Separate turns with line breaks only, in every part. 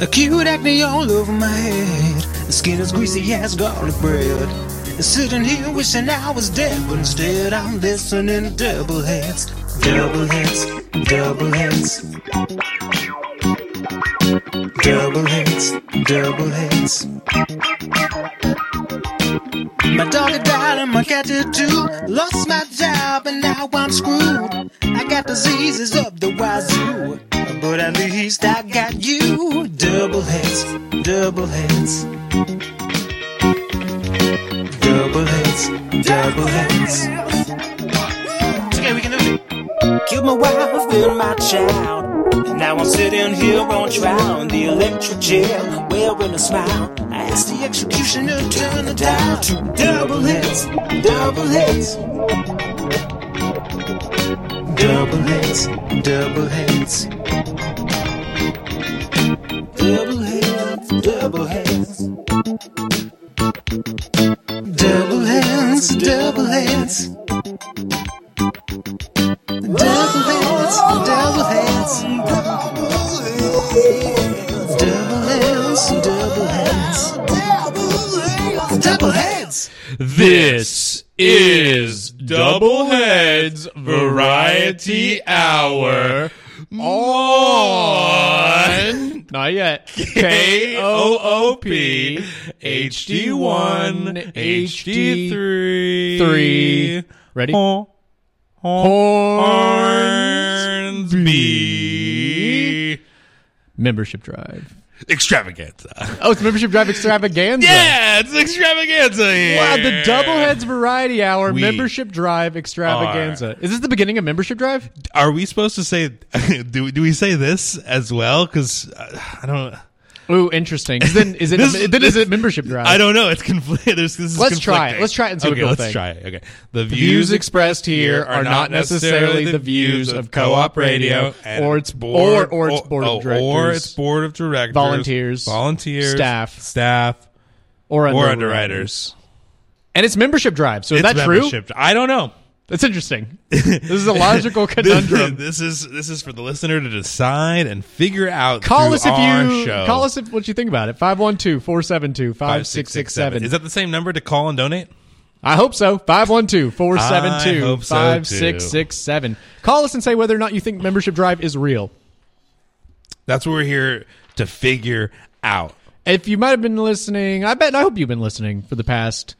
Acute acne all over my head. The skin is greasy as garlic bread. And sitting here wishing I was dead, but instead I'm listening to double heads, double heads, double heads. Double heads, double heads. My dog had died and my cat did too. Lost my job and now I'm screwed. I got diseases of the wazoo, but at least I got you. Double heads, double heads. Double heads, double heads. It's okay, we can do it. Killed my wife and my child. And now I'm sitting here on trial in the electric chair, wearing a smile. I asked the executioner to turn the dial to double hits, double hits. Double hits, double hits. Double hits, double hits. Double hits, double hits. Double heads, double heads. Double heads, double heads. Double heads.
This is Doubleheads Variety Hour on
Not yet.
K O O P HD one HD three
Three. Ready?
Hornsby
Membership drive.
extravaganza.
Oh, it's membership drive extravaganza.
Yeah, it's extravaganza. Here.
Wow, the Doubleheads Variety Hour
We
membership drive extravaganza. Is this the beginning of membership drive?
Are we supposed to say? Do we, do we say this as well? Because I don't.
Ooh, interesting. 'Cause Then is it
This-
then is
this-
it membership drive?
I don't know. It's conflicting. This is
Let's try it.
conflicting.
Let's try it and see what
okay,
people
let's
think.
try it. Okay. The
Views expressed here are not necessarily the views of co-op radio
and-
or its or or its board
oh,
of directors
or its board of directors,
Volunteers.
volunteers,
Staff.
staff,
or
or
underwriters.
underwriters.
And it's membership drive. So is
It's
that true?
membership. I don't know.
That's interesting. this is a logical conundrum.
this is this is for the listener to decide and figure out.
Call
through
us if
our
you
show.
call us if what you think about it. 512-472-5667.
Is that the same number to call and donate?
I hope so. 512-472-5667.
I hope so,
Call us and say whether or not you think membership drive is real.
That's what we're here to figure out.
If you might have been listening, I bet I hope you've been listening for the past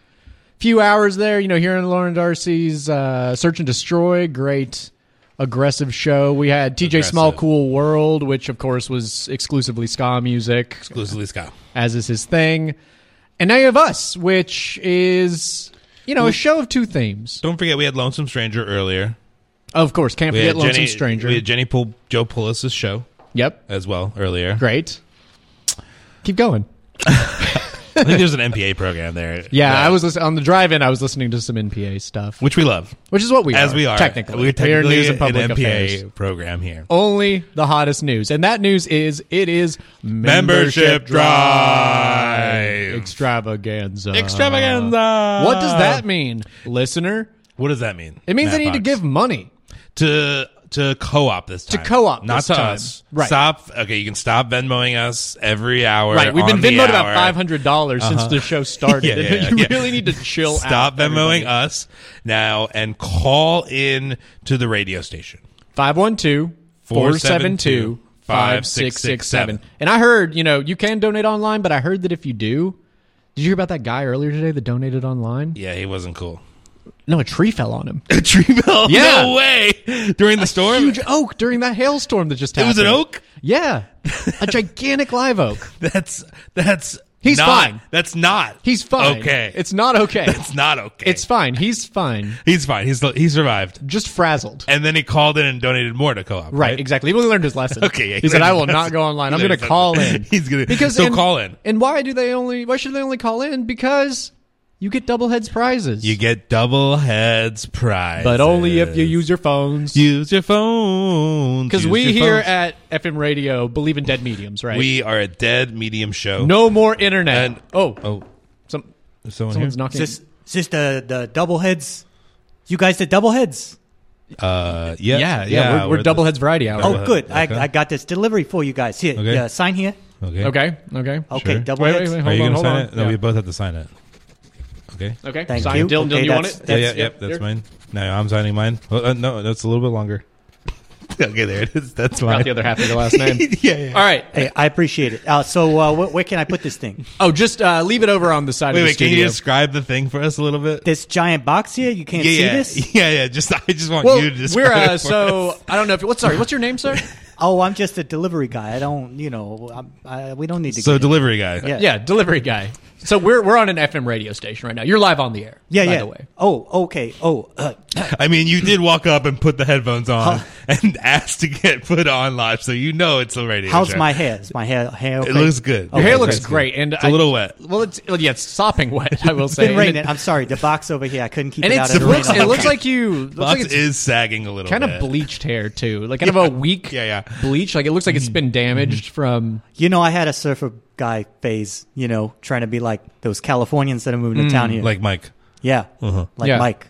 few hours there, you know, hearing Lauren Darcy's uh, Search and Destroy, great aggressive show. We had TJ
Aggressive.
Small Cool World, which of course was exclusively ska music.
Exclusively Scott.
as is his thing. And now you have us, which is you know a show of two themes.
Don't forget we had Lonesome Stranger earlier.
Of course, can't
We
forget
had
Lonesome
Jenny,
Stranger.
We had Jenny Pul- Joe Pulis' show
yep,
as well earlier.
great. Keep going.
I think there's an MPA program there.
Yeah, I was listen- on the drive-in. I was listening to some NPA stuff,
which we love
which is what we
as
are,
we are
technically.
We're technically
we are news and public
an MPA
affairs.
program here.
Only the hottest news, and that news is it is
Membership drive.
extravaganza.
Extravaganza.
What does that mean, listener?
What does that mean?
It means
Matt
they need to
Fox?
give money.
to to co-op this time.
co-op
not
this
to
time.
us.
Right.
Stop. Okay, you can stop Venmoing us every hour.
Right, we've been
on the
Venmoed about
hour. Uh-huh.
five hundred dollars since the show started.
Yeah, yeah, yeah,
you
yeah.
really need to chill out.
Stop Venmoing us now and call in to the radio station.
512 472 5667. And I heard, you know, you can donate online, but I heard that if you do, did you hear about that guy earlier today that donated online?
Yeah, he wasn't cool.
No, a tree fell on him.
A tree fell.
Yeah.
No way. During the storm,
Huge oak during that hailstorm that just
it
happened.
was an oak.
Yeah. A gigantic live oak.
That's that's.
He's
not-
fine.
That's not.
He's fine.
Okay.
It's not okay.
It's not okay.
It's fine. He's fine.
he's fine. He's he survived,
Just frazzled.
and then he called in and donated more to co-op.
Right, exactly. He learned his lesson.
Okay, yeah,
he,
he
said,
learned
"I
his
will not
lesson.
go online.
He
I'm
learned
going
his
to call
lesson.
in."
He's gonna-
because
so
and-
call in.
And why do they only? Why should they only call in? Because you get double heads prizes.
You get double heads prize,
but only if you use your phones.
use your phone.
Because we here at FM Radio believe in dead mediums, right?
we are a dead medium show.
no more internet.
And-
oh,
oh,
some,
there's someone
someone's
here.
knocking.
Just, just the the double heads. You guys did double heads.
Uh, yeah,
yeah, yeah, we're, we're,
the-
double heads variety hour.
Oh, good.
Okay.
I, I got this delivery for you guys. Here,
Okay.
yeah, sign here.
Okay.
Oh, Okay. Okay.
Okay,
Sure.
double
Wait,
hits.
wait, wait.
Are
Hold
you
on.
going to
Hold
sign
on.
it? No,
Yeah.
we both have to sign it. Okay.
Okay.
Thank
Sign.
you.
Dylan, Dylan,
Okay,
do you want
that's-
it?
Yeah,
that's-
yeah, yep. That's mine. No, I'm signing mine. Oh, uh, no, that's a little bit longer. okay, there it is. That's
Forgot
mine.
the other half of your last name.
yeah, yeah.
All right.
Hey, I appreciate it. Uh, so, uh, wh- where can I put this thing?
Oh, just uh, leave it over on the side
Wait,
of the
wait. Can
studio.
you describe the thing for us a little bit?
This giant box here? You can't
yeah,
see
yeah,
this?
yeah, yeah. Just I just want
well,
you to describe.
we're uh,
it for
so
us.
I don't know if what's sorry. What's your name, sir?
Oh, I'm just a delivery guy. I don't, you know, I'm, I, we don't need to.
so
get-
delivery guy.
Yeah.
yeah, delivery guy. So we're we're on an FM radio station right now. You're live on the air.
yeah,
by
yeah.
The way.
Oh, okay. Oh, uh,
I mean, you did walk up and put the headphones on and asked to get put on live, so you know it's a radio.
how's
show.
my hair? Is my hair hair? Okay? Oh,
It looks good.
Okay,
Your hair
that's
looks
good.
great, and
It's a little wet.
Well, it's yeah, it's sopping wet. I will
It's
say.
been
And it-
raining. I'm sorry. The box over here, I couldn't keep
and
it
it's,
out.
it
of the rain
looks
all
it
the
looks
time.
like you looks
Box
like it's
is sagging a little.
kind
bit.
of bleached hair too, like kind of a weak
Yeah, yeah. Mm-hmm.
bleach. Like it looks like it's been damaged from.
You know, I had a surfer guy phase. You know, trying to be like those Californians that are moving to town here.
like Mike.
yeah, like
Mm, uh-huh. Yeah. Mm-hmm.
Mike.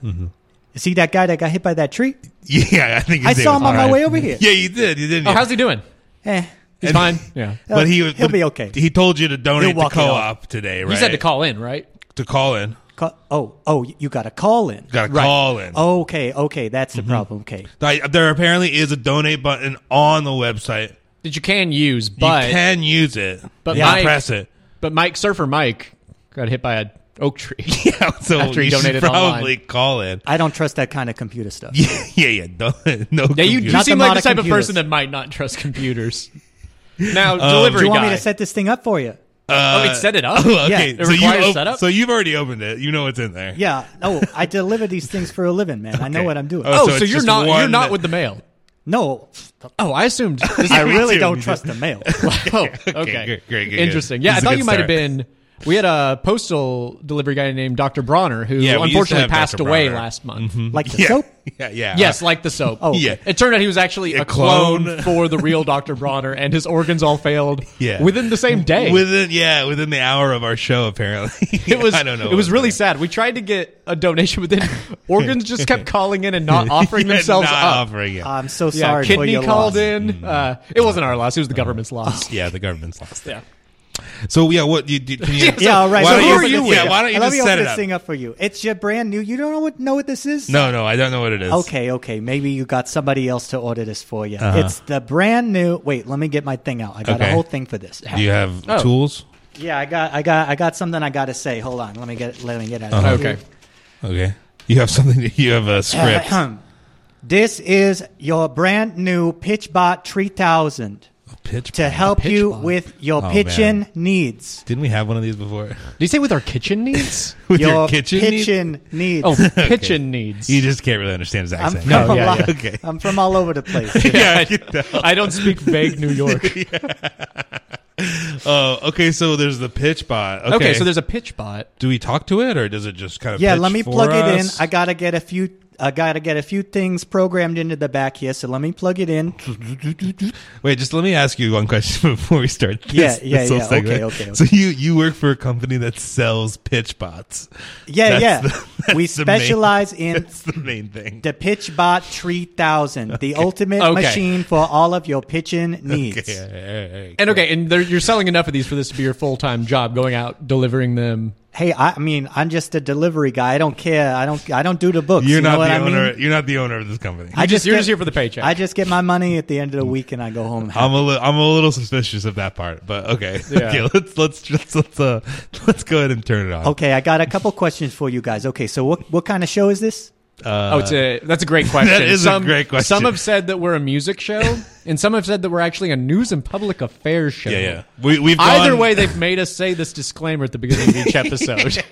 Is he that guy that got hit by that tree?
Yeah, I think his
I
name
saw
was
him on
Mike.
my way over here.
Yeah, you did. You didn't.
Oh,
you?
how's he doing?
Eh.
He's
And-
fine. Yeah,
but he
He'll
but
be okay.
He told you to donate
He'll
to
walk it
co-op today, right?
you said to call in, right?
to call in.
Ca- oh, oh, you got a call in.
Got to
Right.
call
Oh.
in.
Okay, okay, that's
Mm-hmm.
the problem. Okay,
I, there apparently is a donate button on the website.
That you can use, but
you can use it,
but
You
Mike-
press it.
but Mike Surfer Mike got hit by an oak tree.
Yeah, so
After he
you should
donated
probably call in.
I don't trust that kind of computer stuff.
Yeah, yeah, yeah. Don't, no,
Yeah, you,
computer.
you seem
Not the
like the
modern
type of
computers.
person that might not trust computers. Now,
Um,
delivery
Do you want
guy.
me to set this thing up for you?
oh, it set it up.
Oh, okay.
Yeah,
it
so, you
requires
op-
setup?
so you've already opened it. You know what's in there.
Yeah. No, I deliver these things for a living, man. I know
Okay.
what I'm doing.
Oh,
Oh,
so
so,
it's
you're
just
not you're
one
not
that-
with the mail.
No,
Oh, I assumed. This,
I
Me
really
too,
don't
me
trust
too.
the mail.
oh, okay,
Okay, good, great, good,
interesting.
good.
Yeah,
This is a
I thought
good
you might have been.
start.
We had a postal delivery guy named Dr. Bronner who
Yeah, we used to
unfortunately
have
passed
Dr.
away
Bronner.
last month.
Like the
Yeah.
soap.
Yeah, yeah.
Yes, like the soap.
Oh, okay.
Yeah.
It turned out he was actually a,
A
clone.
clone.
for the real Dr. Bronner, and his organs all failed
Yeah.
within the same day.
Within yeah, within the hour of our show, apparently.
it was
I don't know.
It was
what's
really
in
sad. We tried to get a donation, but then organs just kept calling in and not
there.
offering
Yeah,
themselves
not
up. Uh,
offering Hmm. it.
I'm so
yeah,
sorry for
kidney
your
called
loss.
in. Uh, it wasn't our loss; it was the government's loss.
yeah, the government's lost.
Yeah.
So yeah, what you, you, can you
So-
Yeah, all right.
why
so
don't
who
you-
are you?
yeah,
with?
why don't you
Let
just
me
set
open
it
this
up?
thing up for you. It's your brand new. You don't know what know what this is?
No, no, I don't know what it is.
Okay, okay. Maybe you got somebody else to order this for you. It's the brand new. Wait, let me get my thing out. I got a
Okay.
whole thing for this.
Do you have
Oh.
tools?
Yeah, I got, I got, I got something I got to say. Hold on, let me get, let me get out.
Uh-huh.
Okay.
Okay. You have something. That you
Uh,
have a script.
This is your brand new PitchBot 3000
Pitch.
to help you
PitchBot?
with your
Oh,
pitching
man.
needs.
Didn't we have one of these before?
Did you say with our kitchen needs?
With your, kitchen. needs?
pitching needs.
Oh, kitchen needs.
You just can't really understand his
I'm
accent.
from,
No,
a
yeah,
lot-
yeah.
Okay.
I'm from all over the place.
yeah. I get that.
I don't speak vague New York. okay.
Oh, okay. So there's the pitch bot. Okay.
so there's a pitch bot.
Do we talk to it, or does it just kind of?
yeah,
pitch
let me
for
plug it in.
us?
I gotta get a few. I gotta get a few things programmed into the back here. So let me plug it in.
Wait, just let me ask you one question before we start. This,
Yeah, yeah,
this whole
yeah. Okay,
segment.
okay, okay.
So you you work for a company that sells pitch bots.
Yeah,
That's
yeah.
the- that's
we
the main-
specialize in
That's the main thing.
the PitchBot 3000, the ultimate
Okay.
machine for all of your pitching needs.
Okay, all right, all right,
And okay, and there, you're selling enough of these for this to be your full time job, going out delivering them.
Hey, I I mean, I'm just a delivery guy. I don't care. I don't. I don't do the books.
You're
you know
not
what
the
I mean?
owner. You're not the owner of this company.
I
You're just,
just
you're
get-
just here for the paycheck.
I just get my money at the end of the week and I go home.
I'm a li- I'm a little suspicious of that part, but okay.
Yeah.
Okay, let's let's just let's uh let's go ahead and turn it on.
okay, I got a couple questions for you guys. Okay, so what what kind of show is this?
Uh,
Oh, it's a, that's a great question.
That is a
some,
great question.
Some have said that we're a music show, and some have said that we're actually a news and public affairs show.
yeah, yeah. We we've
Either
gone-
way, they've made us say this disclaimer at the beginning of each episode.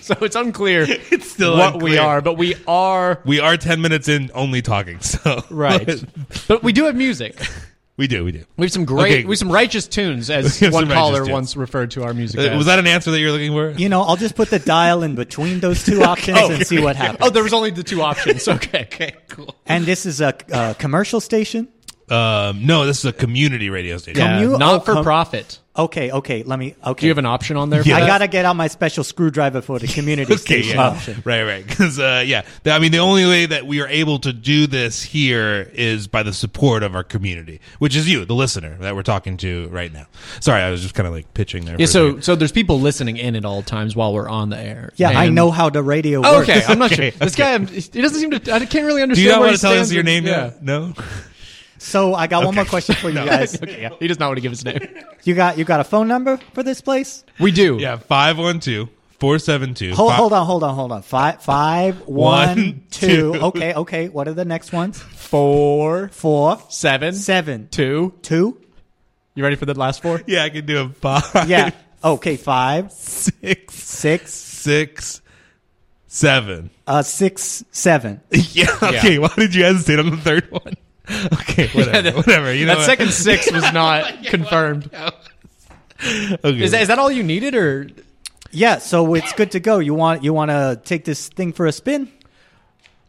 so it's unclear
It's still
what we
unclear.
are, but we are.
we are ten minutes in only talking. So
Right. but we do have music.
we do we do.
We have some great,
Okay.
we have some righteous tunes, as
We have
one
some righteous
caller
tunes.
once referred to our music.
Uh,
as.
was that an answer that you were looking for?
You know, I'll just put the dial in between those two options
Oh.
and see what happens.
Oh, there was only the two options. Okay, okay, cool.
And this is a, uh commercial station.
Um, no, this is a community radio station.
Yeah. you-
not
oh,
for
come-
profit.
Okay, okay. Let me. Okay.
Do you have an option on there? for
Yeah.
that?
I gotta get out my special screwdriver for the community
Okay,
station
yeah.
option.
right, right. Because uh, yeah, The- I mean, the only way that we are able to do this here is by the support of our community, which is you, the listener that we're talking to right now. Sorry, I was just kind of like pitching there.
Yeah,
for a
so
second.
so there's people listening in at all times while we're on the air.
Yeah, I
And- Oh,
know how the radio works.
Okay, I'm not
Okay,
sure. This
okay.
guy, I'm, he doesn't seem to. I can't really understand.
do you not
where
want
he
to tell us
stands
your
with-
name?
Yeah.
yet? No.
So I got one more question for you guys.
Okay, yeah. He does not want to give his name.
You got you got a phone number for this place?
We do.
Yeah, five one two four seven two.
Hold, hold on, hold on, hold on. Five, five, one, two.
two.
Okay, okay. What are the next ones? Four, four,
Seven.
seven,
Two.
two.
You ready for the last four?
Yeah, I can do a five.
Yeah. Okay, five,
six,
six,
six, seven.
uh, six, seven.
Yeah. Okay. Why did you hesitate on the third one? Okay. Whatever. whatever. You know
that
what?
second six was not confirmed.
Okay.
Is that, is that all you needed, or
Yeah. So it's good to go. You want you want to take this thing for a spin?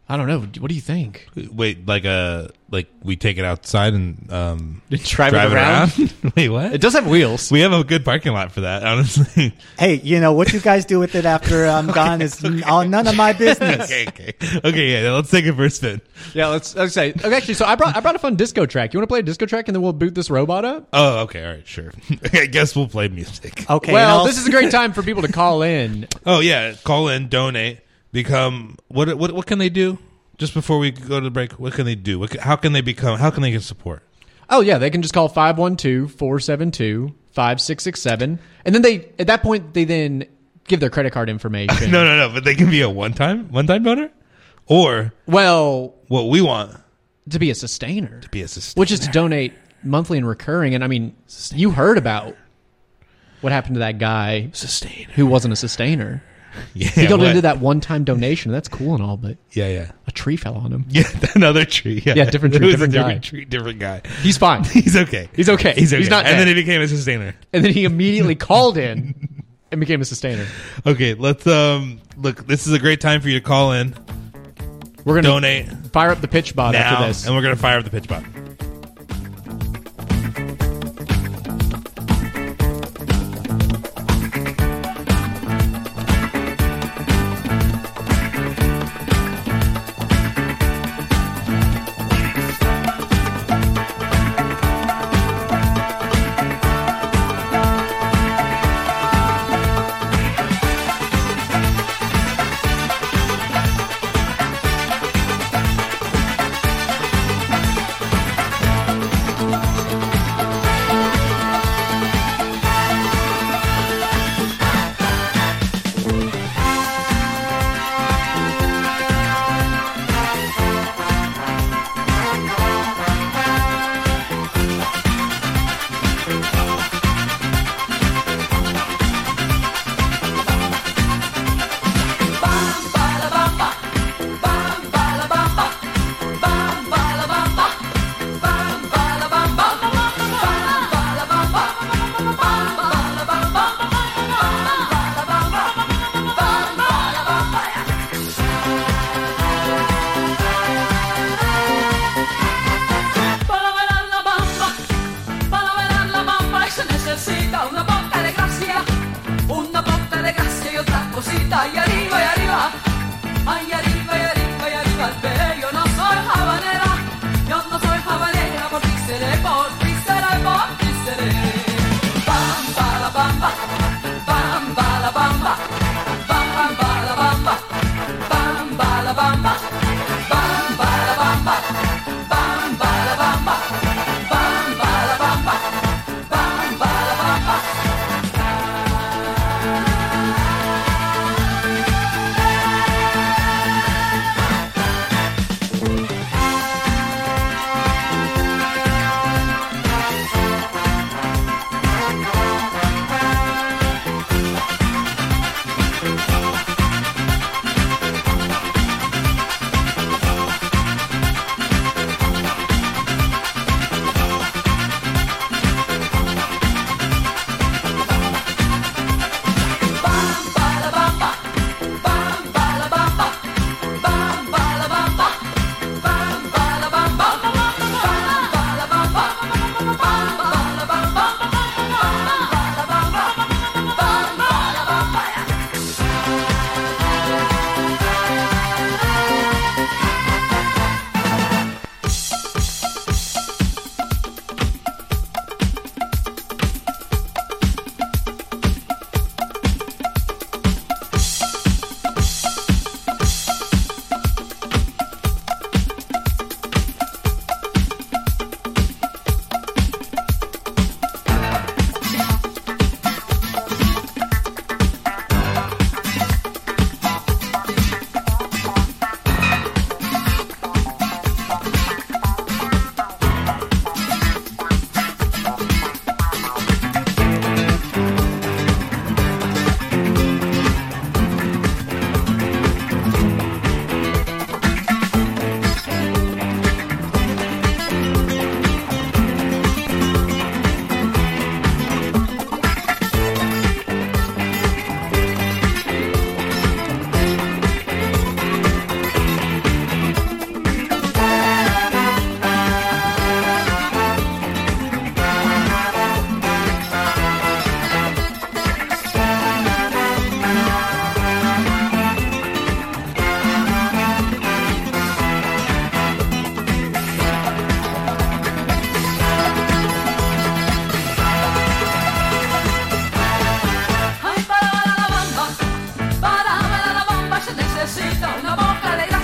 I don't know? What do you think?
Wait, like uh like we take it outside and um
Drive,
drive
it around.
it around. Wait,
It
what?
does have wheels.
We have a good parking lot for that, honestly.
Hey, you know what you guys do with it after I'm gone is n- uh, none of my business.
okay, okay, okay. Yeah, let's take it for a spin.
yeah, let's, let's say. Okay, actually, so I brought I brought a fun disco track. You want to play a disco track, and then we'll boot this robot up.
Oh, okay, all right, sure. I guess we'll play music.
Okay.
well,
and
this is a great time for people to call in.
Oh yeah, call in, donate, become. What what what can they do? Just before we go to the break, what can they do? What, ca- how can they become? How can they get support?
Oh yeah, they can just call 512-472-5667. And then they at that point they then give their credit card information.
No, no, no. But they can be a one time one time donor, or
Well,
what we want
to be a sustainer.
be a system.
Which is to donate monthly and recurring and I mean you heard about what happened to that guy
sustain.
who wasn't a sustainer.
Yeah,
He got
what?
into that one-time donation. That's cool and all, but
Yeah, yeah.
a tree fell on him.
Yeah, another tree. Yeah,
Yeah, different
It
tree,
was
different
a different
guy.
tree, different guy.
He's fine.
He's okay.
He's okay.
He's okay.
He's not
And
dead.
then he became a sustainer.
and then he immediately called in and became a sustainer.
Okay, let's um look. This is a great time for you to call in,
We're going to
donate
fire up the pitch bot after
now,
this.
and we're gonna fire up the pitch bot.
Thank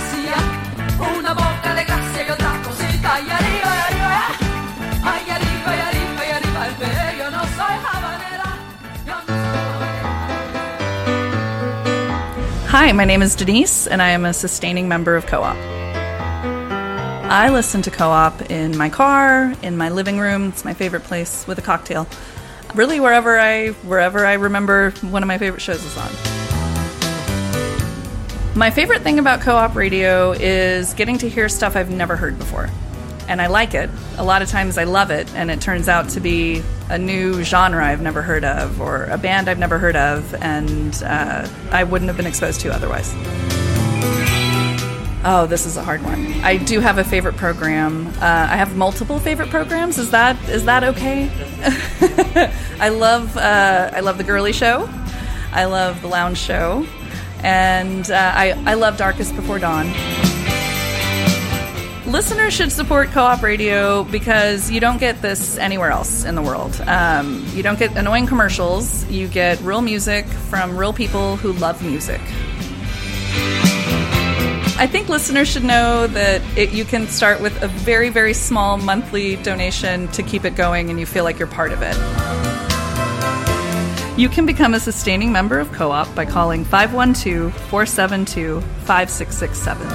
¿eh? eh.
Hi, my name is Denise, and I am a sustaining member of Co op. I listen to Co op in my car, in my living room. It's my favorite place with a cocktail. Really, wherever I wherever I remember one of my favorite shows is on. My favorite thing about co-op radio is getting to hear stuff I've never heard before. And I like it. A lot of times I love it, and it turns out to be a new genre I've never heard of, or a band I've never heard of, and uh, I wouldn't have been exposed to otherwise. Oh, this is a hard one. I do have a favorite program. Uh, I have multiple favorite programs. Is that is that okay? I love uh, I love the Girly Show. I love the Lounge Show, and uh, I I love Darkest Before Dawn. Listeners should support co-op radio because you don't get this anywhere else in the world. Um, you don't get annoying commercials. You get real music from real people who love music. I think listeners should know that it, you can start with a very, very small monthly donation to keep it going and you feel like you're part of it. You can become a sustaining member of Co op by calling 512 472 5667.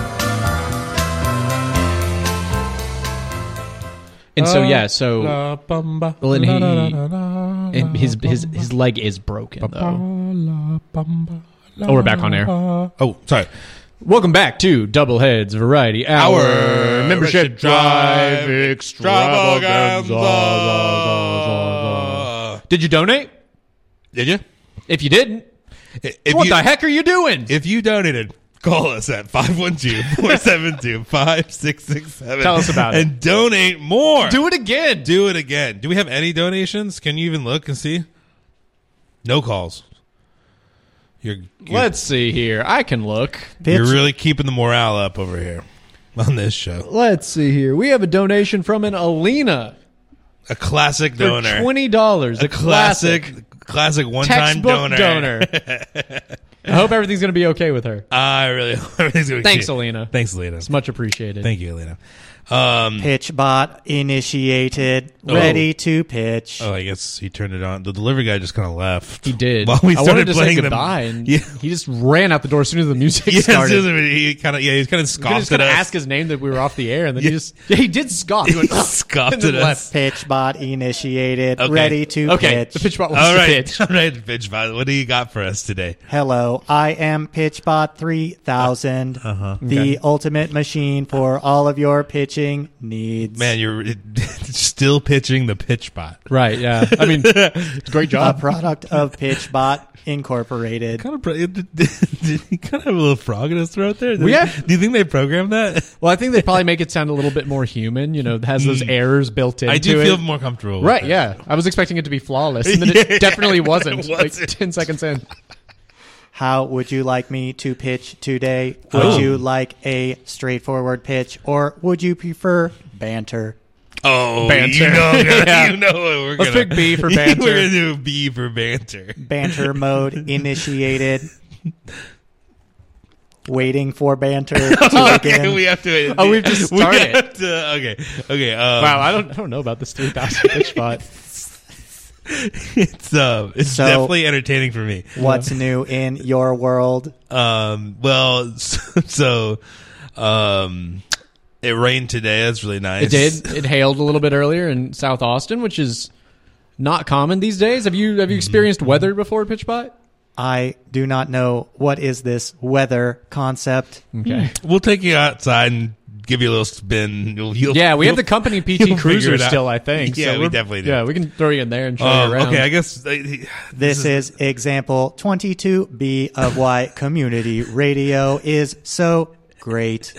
And so yeah, so
La bamba,
Well, and
la
he-
la la la,
and
la
his his
bamba,
his leg is broken though.
la bamba, la
Oh, we're back on air.
ba. Oh, sorry.
Welcome back to Double Heads Variety Hour,
Our membership drive extravaganza.
Did you donate?
Did you?
If you didn't,
If
what
you,
the heck are you doing?
If you donated, call us at 512-472-5667.
Tell us about it.
And donate more.
Do it again.
Do it again. Do we have any donations? Can you even look and see? No calls. You're you're,
Let's see here. I can look.
you're
Bitch.
really keeping the morale up over here on this show.
Let's see here. We have a donation from an Alina
A classic
for
donor.
twenty dollars. A classic,
classic, classic one-time
textbook donor. I hope everything's going to be okay with her.
Ah, I really, everything's gonna
Thanks,
keep-
Alina.
Thanks, Alina.
It's much appreciated.
Thank you, Alina. Um,
Pitch bot initiated, ready to pitch.
oh, I guess he turned it on. The delivery guy just kind of left.
He did.
While we
I
started
wanted to
playing
say
them.
goodbye, and
yeah,
he just ran out the door as soon as the music
yeah.
started.
seriously, He kind of, yeah, he's kind of
We were just
scoffed at
gonna
us.
ask his name that we were off the air, and then he
Yeah.
just yeah, he did scoff. He
he
went, "Ugh."
scoffed
and then
at
left.
us.
Pitch bot initiated,
Okay.
ready to
okay,
pitch.
the pitch bot was
All
the
right,
pitch.
all right, bitch. Violet, What do you got for us today?
Hello, I am PitchBot 3000, the ultimate machine for all of your pitching needs.
Man, you're still pitching the pitch bot.
Right? Yeah. I mean, great
a
job.
product of PitchBot Incorporated.
Kind of, pro- did, did he kind of have a little frog in his throat there? Did
We
he-
have-
do you think they programmed that?
Well, I think they probably make it sound a little bit more human. You know, it has those errors built into
Mm. I do
it.
feel more comfortable. with
Right,
that.
yeah. I was expecting it to be flawless, and then it definitely wasn't. Like
wasn't.
10 seconds in.
How would you like me to pitch today? Would
Oh.
you like a straightforward pitch or would you prefer banter?
Oh,
Banter.
You know,
Yeah.
you know what we're
Let's
gonna
pick B for banter.
we're gonna do B for banter.
Banter mode initiated. Waiting for banter to
Okay,
begin.
we have to. Wait.
Oh, we've just started.
We have to, okay, okay. Um,
Wow, I don't, I don't know about this 3,000 pitch bot.
it's um, it's
So-
definitely entertaining for me.
What's new in your world?
Um, well, so, um, it rained today. That's really nice.
It did. It hailed a little bit earlier in South Austin, which is not common these days. Have you
Mm-hmm.
have you experienced weather before pitch bot?
I do not know what is this weather concept.
Okay.
We'll take you outside and give you a little spin. You'll, you'll,
Yeah, we have the
you'll-
company
you'll
PT
figure
Cruiser
it out.
still, I think. so
Yeah, we
we're-
definitely do.
Yeah, we can throw you in there and show
Um,
you around.
okay, I guess I,
This is example 22B of why community radio is so great.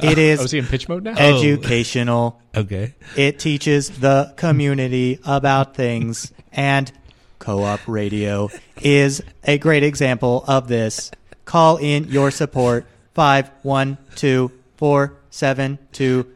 It
Oh, is
is
he in pitch mode now?
educational.
okay.
It teaches the community about things, and co op radio is a great example of this. Call in your support 512 472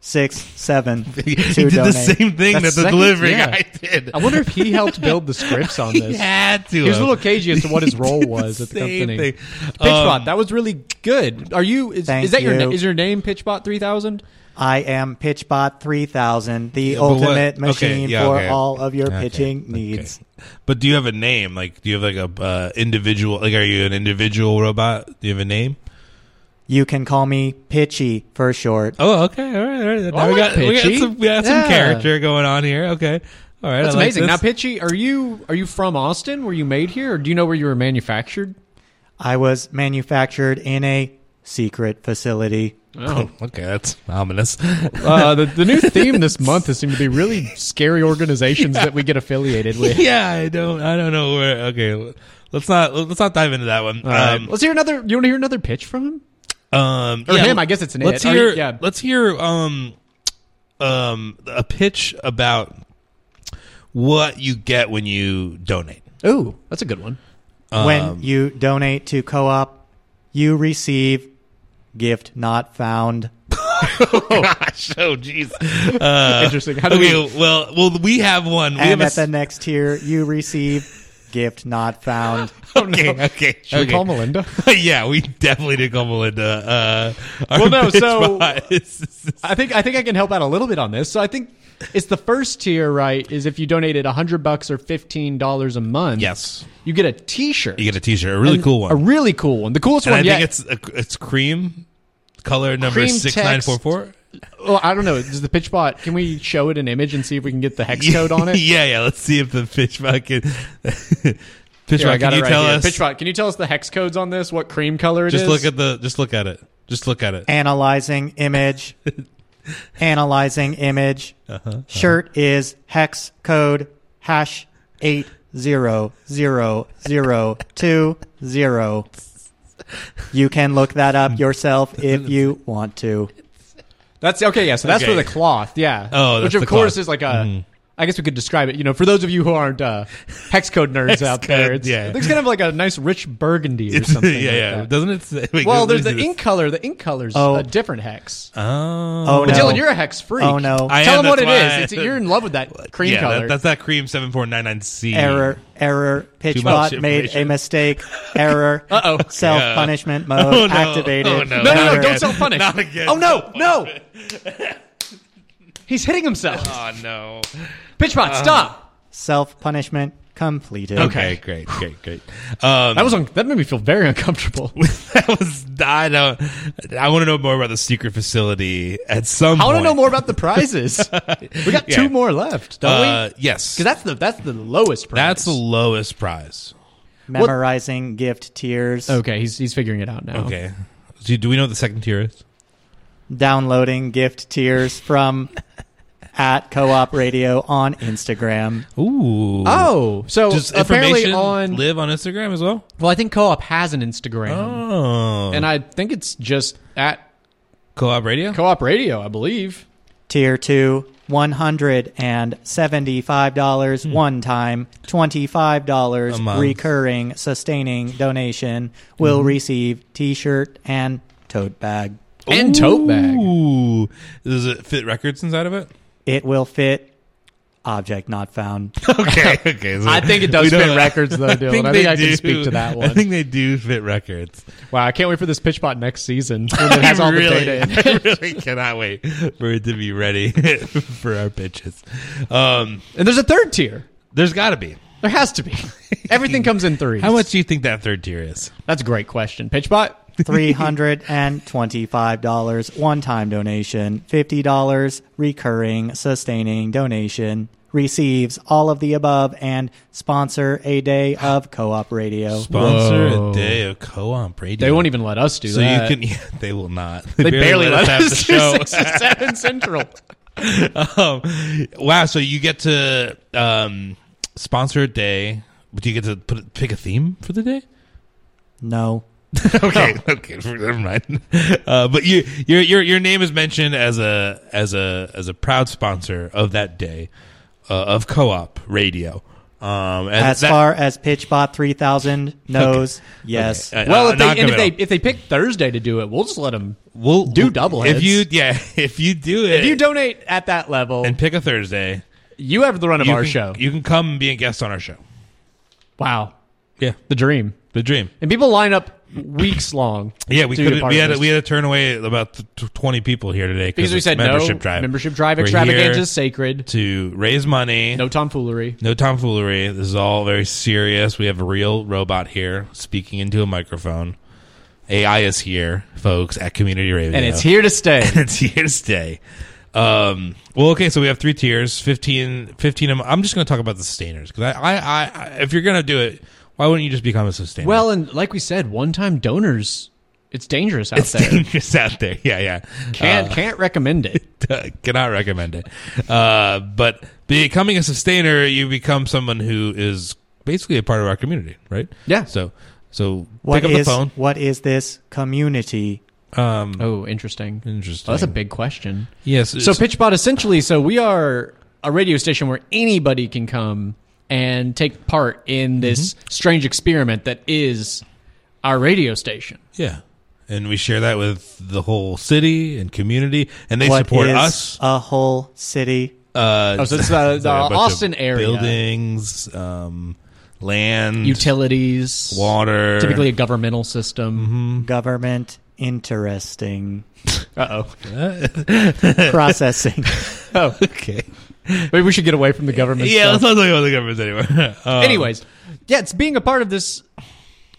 5667.
He did the same
That's
thing that the
second-
delivery
yeah.
guy did.
I wonder if he helped build the scripts on this.
he had to.
He was a
have.
little cagey as to what his role
He did
was at the
same
company.
thing.
Pitchbot,
Um,
that was really good. Are you? Is,
Thank
is that your
you.
na- is your name Pitchbot three thousand?
I am PitchBot 3000, the
but what-
ultimate
okay,
machine
yeah,
for
okay.
all of your
Okay,
pitching
okay.
needs.
But do you have a name? Like, do you have like a uh, individual? Like, are you an individual robot? Do you have a name?
You can call me Pitchy for short.
Oh, okay, all right, all right.
I
we
like
got Oh, we got
Pitchy.
some we got some
Yeah.
character going on here. Okay, all right,
That's
I like
amazing.
this.
Now, Pitchy, are you are you from Austin? Were you made here, or do you know where you were manufactured?
I was manufactured in a secret facility.
Oh.
okay, that's ominous.
uh, the, the new theme this month has seemed to be really scary organizations that we get affiliated with.
yeah, I don't I don't know where. Okay, let's not let's not dive into that one.
All right.
Um,
Let's hear another. You want to hear another pitch from him?
um,
Or
yeah,
him, I guess it's an
let's
it. Or-
hear
yeah.
let's hear um um a pitch about what you get when you donate.
Ooh, that's a good one.
Um,
when you donate to co op, you receive gift not found.
Oh, jeez. Uh,
Interesting. How do
okay, well, well, we have one. We have
and
a
at
s-
the next tier, you receive gift not found.
okay, okay.
Should
okay.
we call Melinda?
yeah, we definitely did call Melinda. Uh, our
Well, no,
bitch
so-
bot is-
I think I think I can help out a little bit on this. So I think it's the first tier, right? Is if you donated hundred bucks or fifteen dollars a month.
yes,
you get a T-shirt.
you get a T-shirt, a really
And
cool one,
A really cool one. The coolest
and I
one yet.
think it's a, it's cream color number
Cream
six nine four four.
well, I don't know. Does the Pitchbot? Can we show it an image and see if we can get the hex code on it?
yeah, yeah. Let's see if the fish bucket. fish
Here, I got
bucket, can you
it right
tell
here.
us?
Pitchbot, can you tell us the hex codes on this? What cream color it is?
just look at the. Just look at it. Just look at it.
Analyzing image. Analyzing image.
Uh-huh,
Shirt is hex code hash eight zero zero zero two zero. You can look that up yourself if you want to.
That's okay. Yeah, so that's
Okay.
for the cloth. Yeah.
Oh, that's
which of
the
course
cloth. Mm-hmm.
is like a. I guess we could describe it. You know, for those of you who aren't uh, hex code nerds
Hex
out there,
code,
it's,
yeah.
it looks kind of like a nice rich burgundy or
It's-
something.
yeah,
like
yeah.
that.
Doesn't it? Say, wait,
Well,
let
there's
me
the
see
ink
this.
color. The ink color's
Oh.
a different hex.
Oh,
Oh, no.
Dylan, you're a hex freak.
Oh, no. I
Tell
am,
him what it
that's
is.
why I-
It's, you're in love with that cream
yeah, that-
color.
that's that cream seven four nine nine C.
Error, error.
much
Pitchbot made a
information.
mistake. Error.
Uh-oh.
Self punishment mode
Oh, no.
activated.
Oh,
no, no,
no. Not
no! Don't
again.
self punish.
Not again.
Oh no, no! He's hitting himself.
Oh no.
Pitchbot,
Uh-huh.
stop!
Self punishment completed.
Okay, great, great, great. Um,
That was un- that made me feel very uncomfortable.
that was I don't. I want to know more about the secret facility at some.
I want to
point.
know more about the prizes. we got
Yeah.
two more left, don't we? 'Cause
Uh,
we?
yes,
Because that's the that's the lowest prize.
that's the lowest prize.
Memorizing gift tiers.
Oh.
okay. He's he's figuring it out now.
Okay. Do, do we know what the second tier is?
downloading gift tiers from at co-op radio on Instagram.
Ooh.
Oh, so
Does
apparently
information
on
live on Instagram as well?
well, I think Co-op has an Instagram,
Oh.
and I think it's just at
Co-op radio.
Co-op Radio, I believe.
Tier 2 $175 one time, $25
Hmm. A month. Hmm.
recurring sustaining donation will receive t-shirt and tote bag.
And tote bag.
Ooh. Does it fit records inside of it?
It will fit object not found.
Okay. okay. so
I think it does
we don't-
fit records, though, Dylan. I think, I,
they
can
do.
speak to that one.
I think they do fit records.
wow, I can't wait for this PitchBot next season when it has all
really,
the data. in it.
I really cannot wait for it to be ready for our pitches. Um,
And there's a third tier.
there's got to be.
There has to be. Everything comes in threes.
How much do you think that third tier is?
That's a great question. PitchBot.
$325 one time donation, $50 recurring sustaining donation. Receives all of the above and sponsor a day of co op radio.
Sponsor
Whoa.
a day of co-op radio.
They won't even let us do
So
that.
you can. Yeah, they will not.
They barely, let,
have
us, do six to seven central.
um, wow. So you get to um, sponsor a day, but you get to put, pick a theme for the day.
No.
okay, okay, never mind. Uh, but you, your your your name is mentioned as a as a as a proud sponsor of that day uh, of co-op radio. Um, and
As
that-
far as PitchBot 3000 knows, yes.
Okay. Uh,
Well,
uh,
if they,
not
and if
coming
they
up.
if they pick Thursday to do it, we'll just let them.
we'll
do double
if
heads.
you yeah if you do it
If you donate at that level,
and pick a Thursday
you have the run of
you
our
can-
show.
you can come and be a guest on our show.
wow,
Yeah,
the dream.
the dream.
And people line up weeks long.
Yeah, we
to
could
get part
we
of
had a,
this.
we had to turn away about t- t- twenty people here today
because we
it's
said
membership
no
drive.
membership drive
We're
extravaganza
here
is sacred.
to raise money.
No tomfoolery.
No tomfoolery. This is all very serious. We have a real robot here speaking into a microphone. AI is here, folks, at Community Radio.
And it's here to stay.
it's here to stay. Um, well, okay, so we have three tiers 15, 15 a mo- I'm just going to talk about the sustainers because I, I, I, I, if you're going to do it, why wouldn't you just become a sustainer?
well, and like we said, one-time donors, it's dangerous out
it's
there.
dangerous out there. Yeah, Uh, yeah.
Can't can't recommend it.
cannot recommend it. Uh, but becoming a sustainer, you become someone who is basically a part of our community, right?
Yeah.
So, so
What
pick up
is
the phone.
what is this community?
Um,
Oh, interesting.
interesting.
Well, that's a big question.
yes.
So
So
PitchBot essentially, so we are a radio station where anybody can come and take part in this
Mm-hmm.
strange experiment that is our radio station.
yeah, and we share that with the whole city and community, and they
What
support
is
us.
a whole city?
Uh,
Oh, so it's the- the
there are a bunch of
Austin area.
buildings, um, land,
Utilities,
water. Mm-hmm.
typically a governmental system.
Government interesting
Uh
processing.
oh. Oh,
Okay.
maybe we should get away from the government.
Yeah,
stuff.
let's not talk about the government anymore. Um,
Anyways, yeah, it's being a part of this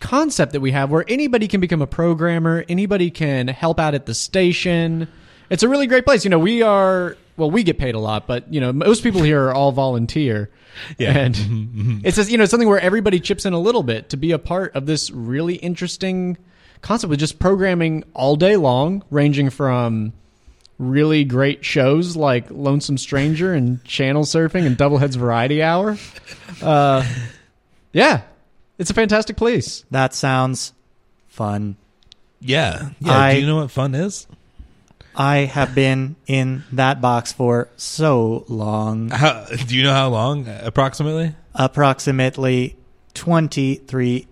concept that we have where anybody can become a programmer, anybody can help out at the station. It's a really great place. You know, we are well, we get paid a lot, but you know, most people here are all volunteer.
Yeah. Mm-hmm,
And it's just, you know, something where everybody chips in a little bit to be a part of this really interesting concept of just programming all day long, ranging from really great shows like Lonesome Stranger and Channel Surfing and Doubleheads Variety Hour. Uh, yeah, it's a fantastic place.
That sounds fun.
yeah, yeah.
I-
Do you know what fun is?
I have been in that box for so long.
How, do you know how long uh, approximately?
approximately 23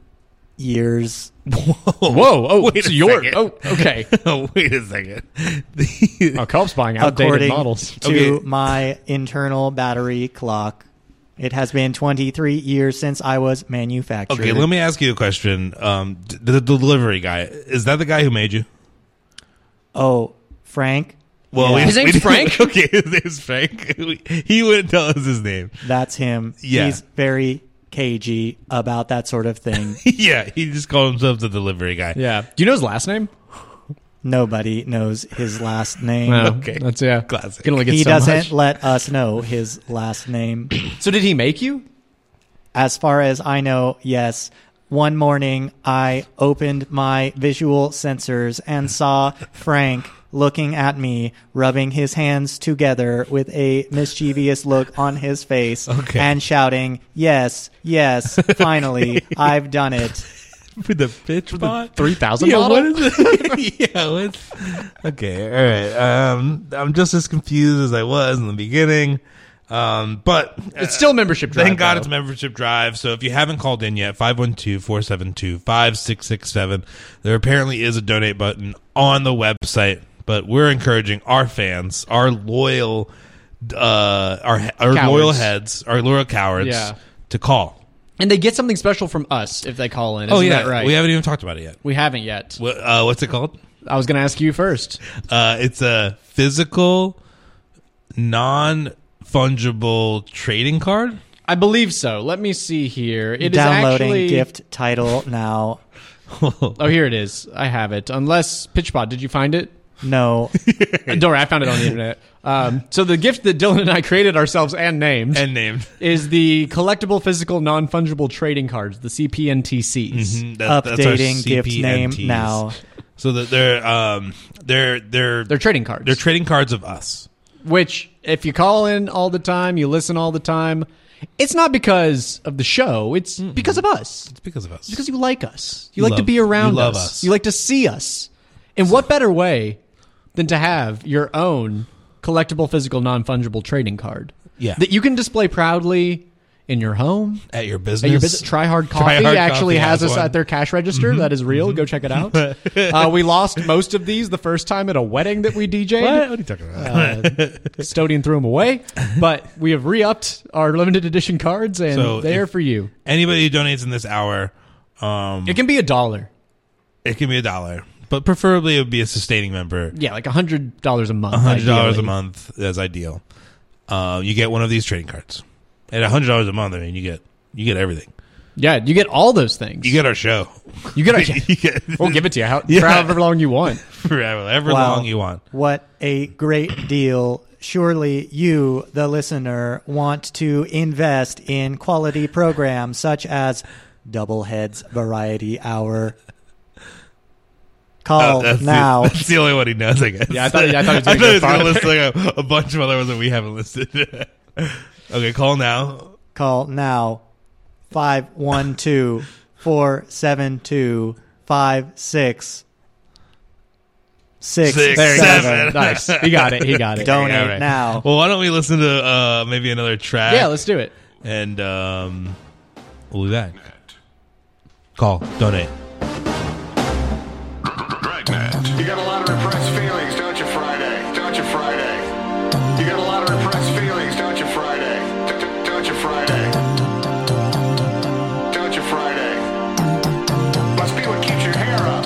years.
Whoa!
Whoa! Oh,
Wait
it's
a
your.
second.
Oh, okay.
Wait a second. The-
Oh, Cobb's buying outdated
According
models.
to
Okay.
my internal battery clock, it has been 23 years since I was manufactured.
okay, let me ask you a question. Um, d- the delivery guy is that the guy who made you?
Oh, Frank,
Well,
Yeah.
we-
His
name's
we-
Frank?
Okay, his name's Frank. We- he wouldn't tell us his name.
that's him.
Yeah.
He's very cagey about that sort of thing.
yeah, he just called himself the delivery guy.
Yeah. Do you know his last name?
Nobody knows his last name.
Okay.
That's yeah.
Classic.
Can only get
He
so
doesn't
much.
let us know his last name.
So did he make you?
As far as I know, yes. One morning, I opened my visual sensors and saw Frank looking at me, rubbing his hands together with a mischievous look on his face
Okay.
and shouting, Yes, yes, finally, I've done it.
For the pitch bot?
Three thousand
yeah,
model.
what is it? yeah, what's okay, all right. Um, I'm just as confused as I was in the beginning. Um, but
It's still membership drive.
Thank God
though.
it's membership drive. So if you haven't called in yet, 512 472 5667. There apparently is a donate button on the website, but we're encouraging our fans, our loyal, uh, our, our
Cowards.
loyal heads, our loyal cowards
Yeah.
to call.
and they get something special from us if they call in. Isn't that Oh, right?
Oh, We haven't even talked about it yet.
We haven't yet.
What, uh, what's it called?
I was going to ask you first.
Uh, it's a physical, non fungible trading card.
I believe so. Let me see here. It is
Downloading
actually,
gift title now.
Oh, here it is. I have it. Unless PitchBot, did you find it?
No.
Uh, Don't worry, I found it on the internet. Um, so the gift that Dylan and I created ourselves and named
and named.
is the collectible physical non fungible trading cards, the CPNTCs.
Mhm, that- that's our
Updating gift name
CPNTs.
now.
So that they're um they're they're
They're trading cards.
they're trading cards of us.
which, if you call in all the time, you listen all the time, it's not because of the show. It's because of us.
It's because of us.
It's because you like us. You,
You
like to
love-
be around
you love
us.
us.
You like to see us. And what better way than to have your own collectible physical non fungible trading card?
Yeah.
That you can display proudly in your home.
at your
At
business.
your business, Try Hard Coffee
Try Hard
actually
Coffee
has
has
us
one. Mm-hmm.
at their cash register. That is real. Go check it out. uh, we lost most of these the first time at a wedding that we DJ'd.
What? What are you talking about?
Custodian threw them away, but we have re-upped our limited edition cards, and
So
they are
if-
for you.
Anybody who donates in this hour, um,
It can be a dollar.
It can be a dollar, but preferably it would be a sustaining member.
Yeah, like hundred dollars a month.
hundred dollars a
ideally.
month is ideal. Uh, you get one of these trading cards. At hundred dollars a month, I mean, you get you get everything.
Yeah, you get all those things.
You get our show.
you get.
you get
we'll give it to you how,
Yeah.
for however long you want.
for however
Wow.
long you want.
What a great deal. Surely you, the listener, want to invest in quality programs such as Double Heads Variety Hour. Call
Oh, that's
now.
The, that's the only one he knows, I guess.
Yeah, I thought- I thought he was
I
gonna go
he was
farther.
going to list like, a, a bunch of other ones that we haven't listed. okay, call now.
Call now 512 472 5667.
Six,
There you go.
Seven.
Nice. He got it. He got it.
Donate
All right.
now.
Well, why don't we listen to uh, maybe another track?
Yeah, let's do it.
and um, we'll be back. Call, donate.
You got a lot of repressed feelings, don't you, Friday? Don't you, Friday? You got a lot of repressed feelings, don't you, Friday? Don't- don't- Don't you, Friday? Don't you, Friday? Must be what keeps your hair up.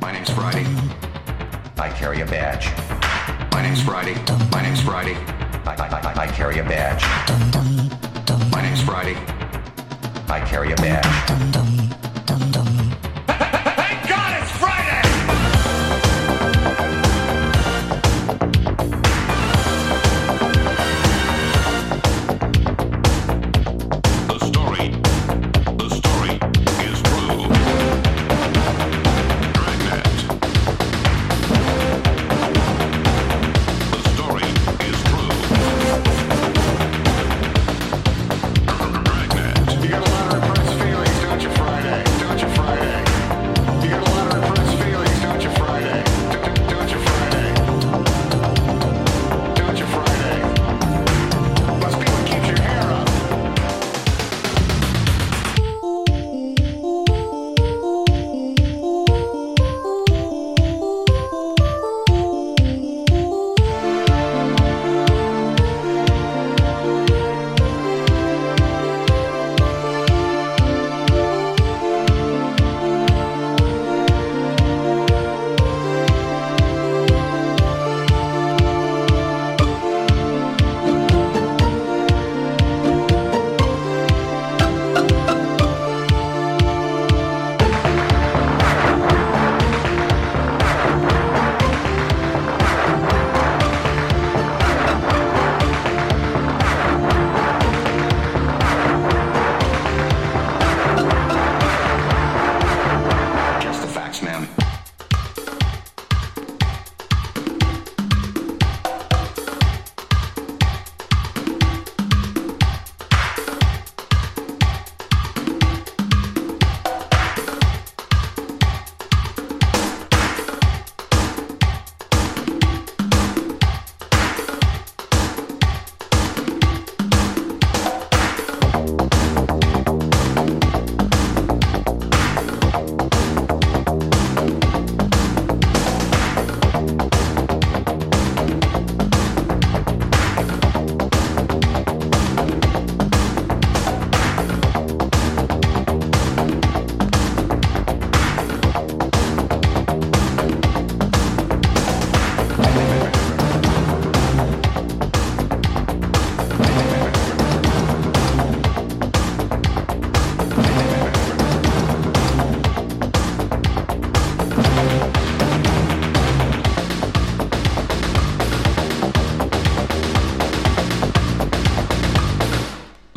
My name's Friday. I carry a badge. My name's Friday. My name's Friday. I, I, I, I carry a badge. My name's Friday. I carry a badge.
Thank God it's Friday!
The story. The story is true. Dragnet. The story is true. Dragnet.
You got a lot of repressed feelings, don't you, Friday?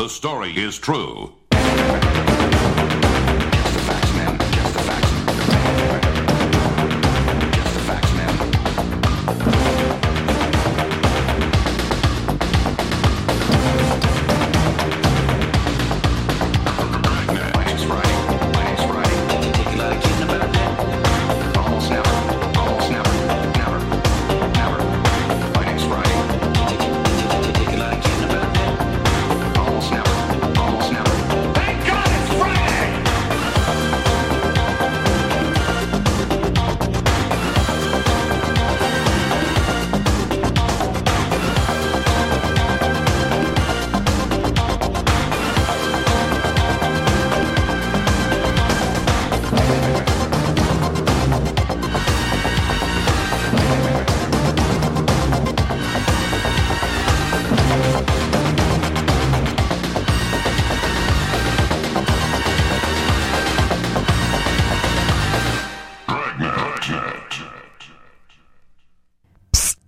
story is true.
Just the facts, man. Just the facts. Just the facts, man. My name's Friday. My name's Friday. Can you take it out of kid in the back? Almost never. Almost never. Never. Never. My name's Friday. Can you take it out of kid in the back? Almost never. Almost never. Thank God it's Friday!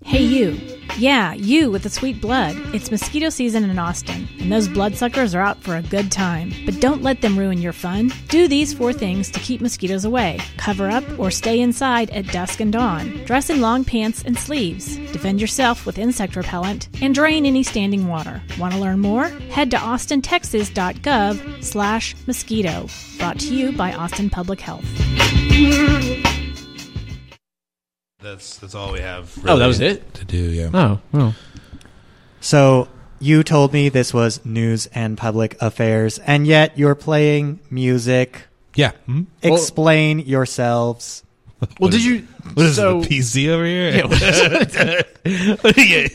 Hey, you. Yeah, you with the sweet blood. It's mosquito season in Austin, and those bloodsuckers are out for a good time. But don't let them ruin your fun. Do these four things to keep mosquitoes away cover up or stay inside at dusk and dawn. Dress in long pants and sleeves. Defend yourself with insect repellent, and drain any standing water. Want to learn more? Head to austintexas.gov slash mosquito. Brought to you by Austin Public Health.
That's that's all we have.
Oh, that was it?
to do. Yeah.
Oh, well.
So you told me this was news and public affairs, and yet you're playing music.
Yeah. Hmm?
Explain yourselves.
Well,
What
did
is-
you?
What is
so,
it, the PC over here? Yeah.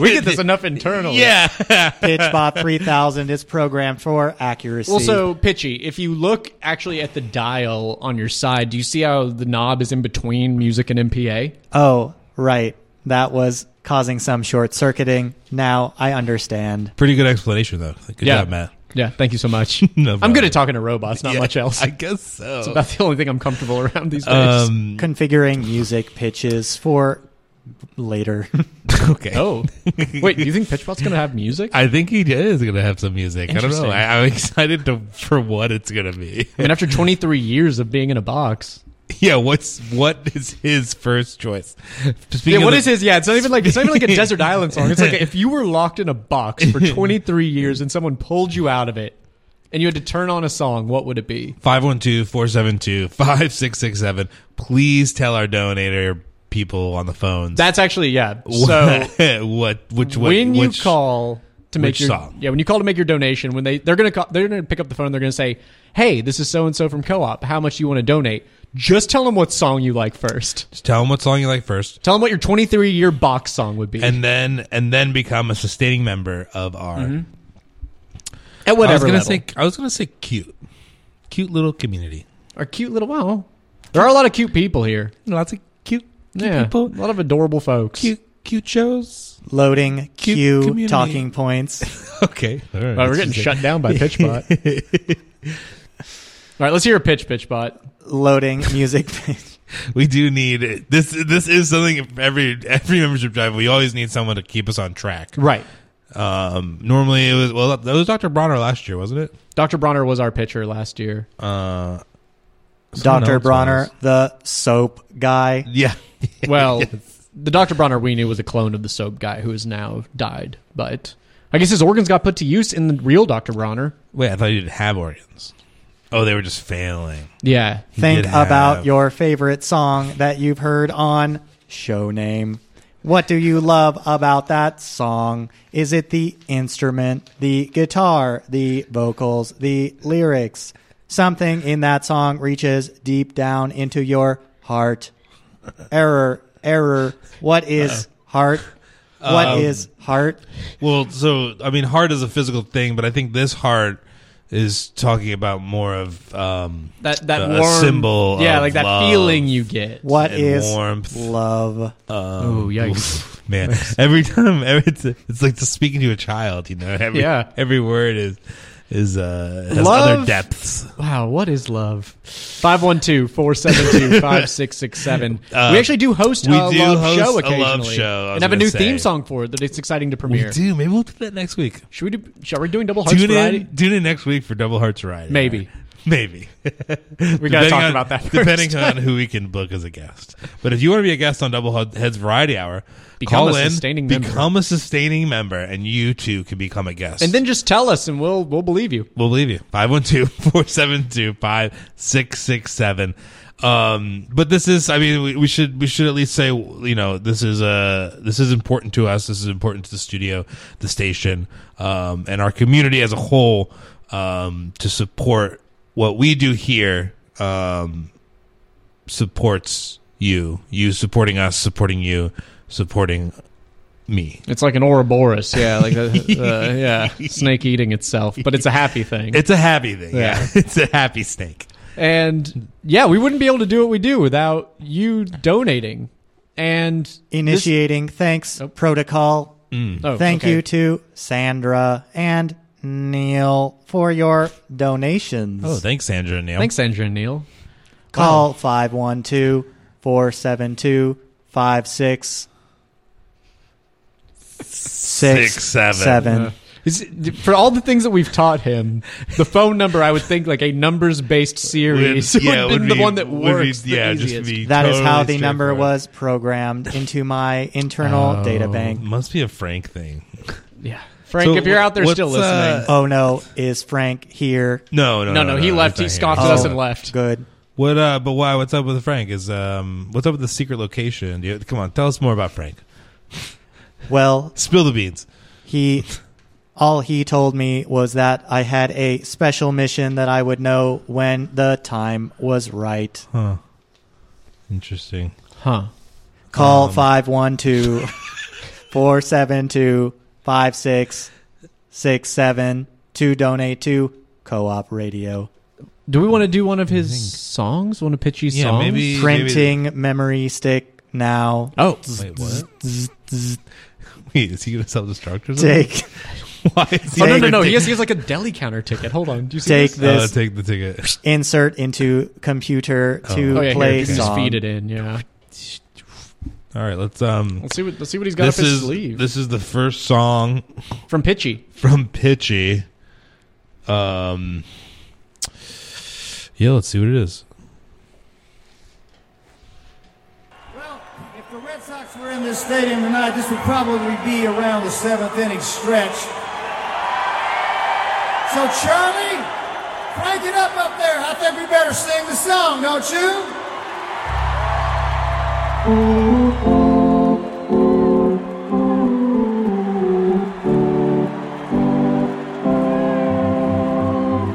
we get this enough internally.
Yeah.
PitchBot 3000 is programmed for accuracy.
Well, so pitchy. If you look actually at the dial on your side, do you see how the knob is in between music and MPA?
oh, right. That was causing some short circuiting. Now I understand.
Pretty good explanation though. Good
Yeah.
job, Matt.
Yeah. Thank you so much.
No
I'm good
problem.
at talking to robots. Not
Yeah,
much else.
I guess so.
It's about the only thing I'm comfortable around these days.
um,
Configuring music pitches for later.
okay.
oh, wait. Do you think Pitchbot's gonna have music? I,
I think he is going to have some music. I don't know.
Interesting.
I, I'm excited to, for what it's going to be.
mean, after 23 years of being in a box.
yeah. What's what is his first choice?
Yeah.
Speaking
What
of
is
the-
his? Yeah. It's not even like it's not even like a desert island song. It's like if you were locked in a box for 23 years and someone pulled you out of it, and you had to turn on a song, what would it be?
512-472-5667. Please tell our donator people on the phones.
That's actually yeah. So
what which what,
when
which,
you call to make
which
your
song?
yeah when you call to make your donation when they they're gonna call, they're gonna pick up the phone and they're gonna say hey this is so and so from co-op how much you want to donate just tell them what song you like first
Just tell them what song you like first.
tell them what your 23 year box song would be
And then and then become a sustaining member of our
at
I
Mm-hmm. whatever
was gonna
level.
say I was gonna say cute. Cute little community.
our cute little wow there are a lot of cute people here
Lots of cute, cute
yeah
people.
a lot of adorable folks
Cute cute shows.
Loading
Cute
cue
community.
talking points.
Okay. All right.
Wow, we're getting shut down by pitchbot all right let's hear a pitch pitchbot
Loading music pitch.
We do need this this is something every every membership drive we always need someone to keep us on track.
right
Um normally it was well that was Dr. Bronner last year, wasn't it?
dr bronner was our pitcher last year
Uh someone
Dr.
else
Bronner,
was.
the soap guy.
Yeah.
Well, the Dr. Bronner we knew was a clone of the soap guy who has now died, but I guess his organs got put to use in the real Dr. Bronner.
Wait, I thought you didn't have organs. Oh, they were just failing.
Yeah.
He
Think
did have-
about your favorite song that you've heard on show name. What do you love about that song? Is it the instrument, the guitar, the vocals, the lyrics? Something in that song reaches deep down into your heart. Error, error. What is heart?
Um,
What is heart?
Well, so I mean, heart is a physical thing, but I think this heart is talking about more of um,
That that
Uh, a
warm
symbol
Yeah,
of
like that
love.
feeling you get.
What
And
is
warmth. Uh,
love?
Um,
Oh, yikes.
man. Every time, every, it's, it's like just speaking to a child. You know, every
Yeah.
every word is is uh, has other
Love-
depths.
Wow, what is love? 512-472-5667.
Uh,
we actually do host
we
a
do
love
host a
show
love
occasionally.
show, I was
and have a
gonna
new
say.
theme song for it that it's exciting to
We
premiere.
do. Maybe we'll do that next week.
Should we do shall we doing double hearts
Tune
variety?
in, tune in next week for Double Hearts Ride.
Maybe.
Maybe.
We gotta
Depending
talk
on-
about that. First.
Depending on who we can book as a guest. But if you want to be a guest on Double Head- Heads Variety Hour,
Become
call
a
in,
sustaining member.
become a sustaining member, and you too can become a guest.
and then just tell us and we'll we'll believe you.
we'll believe you. 512-472-5667. Um, but this is, I mean, we, we should, we should at least say, you know, this is, uh, this is important to us. This is important to the studio, the station, um, and our community as a whole, um, to support what we do here, um, supports you, you supporting us, supporting you, supporting me.
It's like an Ouroboros, yeah, like the, uh, yeah, snake eating itself, but it's a happy thing.
It's a happy thing. Yeah.
Yeah.
it's a happy snake.
and yeah, we wouldn't be able to do what we do without you donating. And this-
Initiating thanks
Oh.
protocol.
oh,
Thank
okay.
you to Sandra and Neil for your donations.
Oh, thanks, Sandra and Neil.
Thanks, Andrew and Neil.
Call 512 472 5667.
Six, seven.
Uh, Is it- for all the things that we've taught him, the phone number I would think like a numbers based series would,
yeah,
be
would
the
be-
one that
would be-
works.
yeah,
the
just
easiest.
be
That is how
totally
the number
straightforward.
was programmed into my internal data bank.
Must be a Frank thing.
yeah. Frank,
So
if you're out there
what's,
still listening,
uh,
Oh no, is Frank here?
No, no,
no,
no,
no, he left.
he's
He
not
scoffed
here.
at us
Oh.
and left.
Good.
What? Uh, but why? What's up with Frank? Is um, what's up with the secret location? Do you- come on, tell us more about Frank.
Well,
Spill the beans.
he all he told me was that I had a special mission that I would know when the time was right.
Huh. Interesting.
Huh. Um.
Call 512 472 5667 to donate to Co op Radio.
Do we want to do one of his songs? Want to pitch you
Yeah,
songs?
maybe-
Printing memory stick now.
Oh,
Wait, what? Wait, is he gonna self destruct or something?
Take
Why is he
oh no, no,
Take-
no. He has, he has like a deli counter ticket. Hold on. Do you see
Take
this?
the-
Uh,
this.
take the ticket.
insert into computer to
Oh yeah,
play
here, you can just
song.
feed it in. Yeah,
All right, let's um.
let's see what let's see what he's got
This
up his
is
sleeve
this is the first song
from Pitchy.
from Pitchy. Um, yeah, let's see what it is.
Well, if the Red Sox were in this stadium tonight, this would probably be around the seventh inning stretch. So, Charlie, crank it up up there. I think we better sing the song, don't you?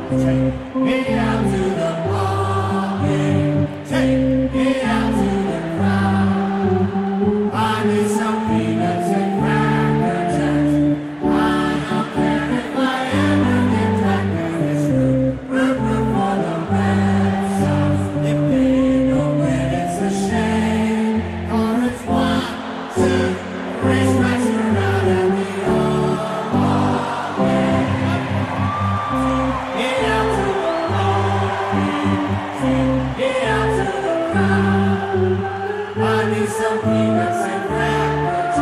Take me out to the ballgame. Take me out to the crowd. I need some peanuts and cracker jacks. I don't care if I ever get tackled. It's root, root, root for the Red Sox. If they don't win, it's a shame. Or it's one, two, three strikes you're out and we all are in. Get out to the lawn, get out to the ground. I need some peanuts and cracker jacks.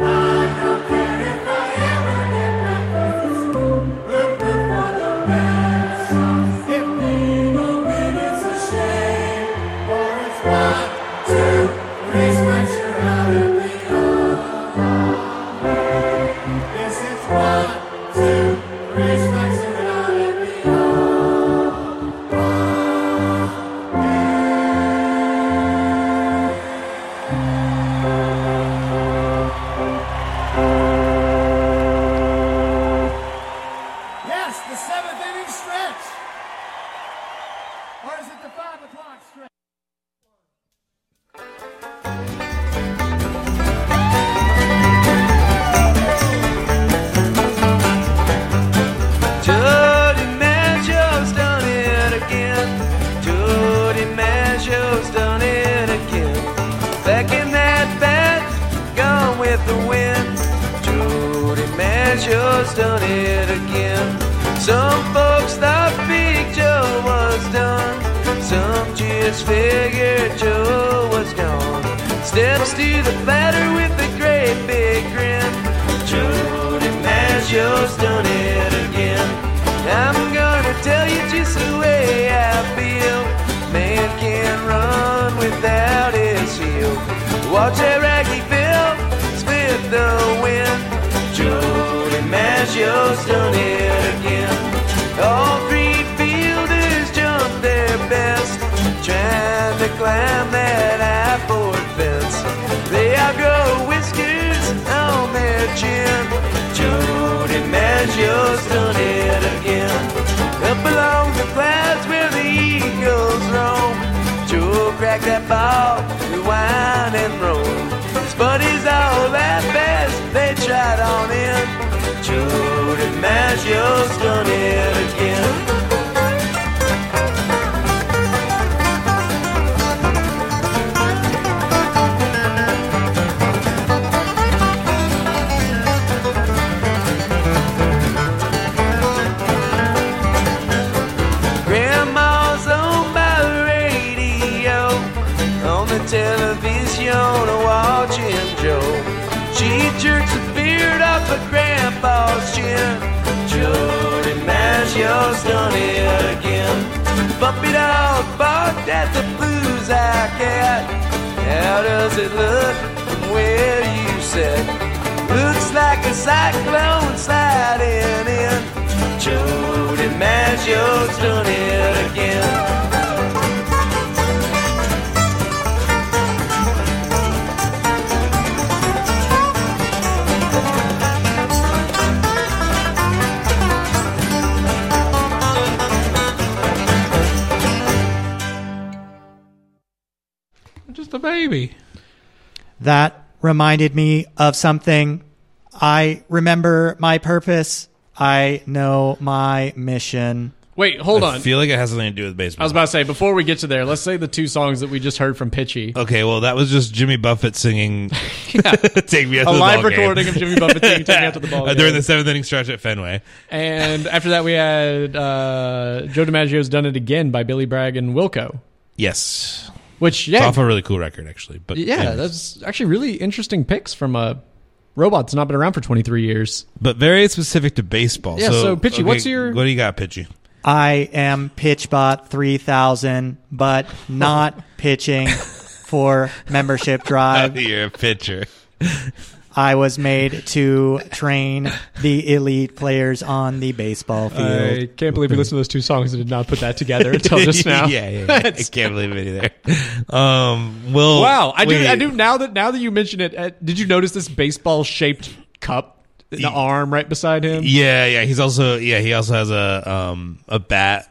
I don't care if I ever get back to the school. Root, root for the Red Sox. If they don't win, it's a shame. For it's one, two, three strikes you're out and they all are Yes, it's one, two, three strikes and you're out and we Yes, the seventh inning stretch. Or is it the five o'clock stretch?
Jody Maggio's done it again. Jody Maggio's done it again. Back in that bat, gone with the wind. Jody Maggio's done it again.
Some folks thought Big Joe was done. Some just figured Joe was gone. Steps to the batter with a great big grin. Joe DiMaggio's done it again. I'm gonna tell you just the way I feel. Man can run without his heel. Watch that raggy Phil spit the wind. Joe DiMaggio's done it again. All three fielders jumped their best, trying to climb that apple fence. They all grow whiskers on their chin. Joe DiMaggio's done it again. Up along the clouds where the eagles roam, Joe cracked that ball, rewind and roll. His buddies all laughed as they tried on in. Joe DiMaggio's done it again. Grandma's on by the radio, on the television, watching Joe. She jerks a beard off of Grandpa's chin. Joe DiMaggio's done it again. Bump it out, barked at the blues I cat. How does it look from where you sit? Looks like a cyclone sliding in. Joe DiMaggio's done it again.
Just a baby.
That reminded me of something. I remember my purpose. I know my mission.
Wait, hold
I
on.
feel like it has something to do with
I
baseball.
was about to say before we get to there, let's say the two songs that we just heard from Pitchy.
okay, well, that was just Jimmy Buffett singing Take Me Out
A live
to the ball game.
recording of Jimmy Buffett taking Take Me Out to the Ball
Uh, during
Game.
the seventh inning stretch at Fenway.
And after that, we had uh, Joe DiMaggio's "Done It Again" by Billy Bragg and Wilco.
Yes.
Which
It's
yeah,
off a really cool record, actually. But
yeah,
anyways.
that's actually really interesting picks from a robot that's not been around for 23 years.
but very specific to baseball.
Yeah, so, Pitchy,
okay,
what's your-
What do you got, Pitchy?
I am PitchBot 3000, but not pitching for membership
Uh,
drive.
You're a pitcher.
I was made to train the elite players on the baseball field.
I can't believe we listened to those two songs and did not put that together until just now.
yeah, yeah, yeah. I can't believe it either. Um, well,
Wow, I
wait.
do. I do now that now that you mention it. Uh, did you notice this baseball shaped cup, the
Ye-
arm right beside him?
Yeah, yeah. He's also yeah. He also has a um a bat.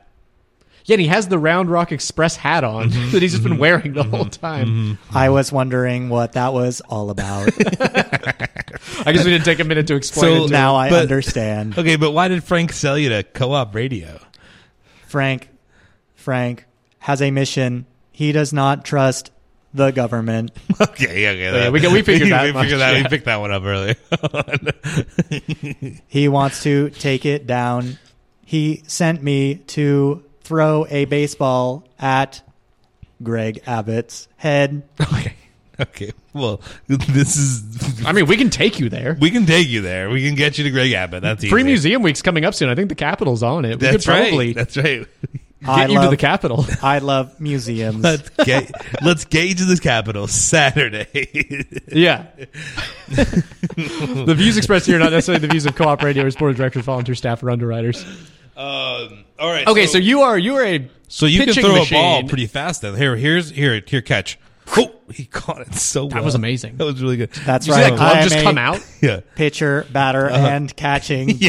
Yet he has the Round Rock Express hat on
Mm-hmm.
that he's just been wearing the whole time.
I was wondering what that was all about.
I guess we didn't take a minute to explain.
So-
it to
now I
But-
understand.
Okay, but why did Frank sell you to co-op radio?
Frank Frank has a mission. He does not trust the government.
Okay, yeah, okay.
Oh, yeah, we got- we figured that
we,
much,
figured that,
yeah.
we picked that one up earlier.
He wants to take it down. He sent me to throw a baseball at Greg Abbott's head.
okay, okay. Well, this is
I mean, we can take you there.
we can take you there. We can get you to Greg Abbott. That's easy.
Free Museum Week's coming up soon. I think the Capitol's on it. We
That's
could probably
right. That's right.
get
I
you
love,
to the Capitol.
I love museums.
Let's get let's get you to the Capitol Saturday.
yeah. the views expressed here are not necessarily the views of co-op radio, board of directors, volunteer staff, or underwriters.
um, all right.
Okay, so, you are you are a
So you can
pitching
throw
machine.
a ball pretty fast. Then here, here's here, here, catch. Oh, he caught it so.
That was amazing.
That was really good.
That's
Did you see
right.
that glove
I am
just
a
come out?
yeah.
Pitcher, batter, and catching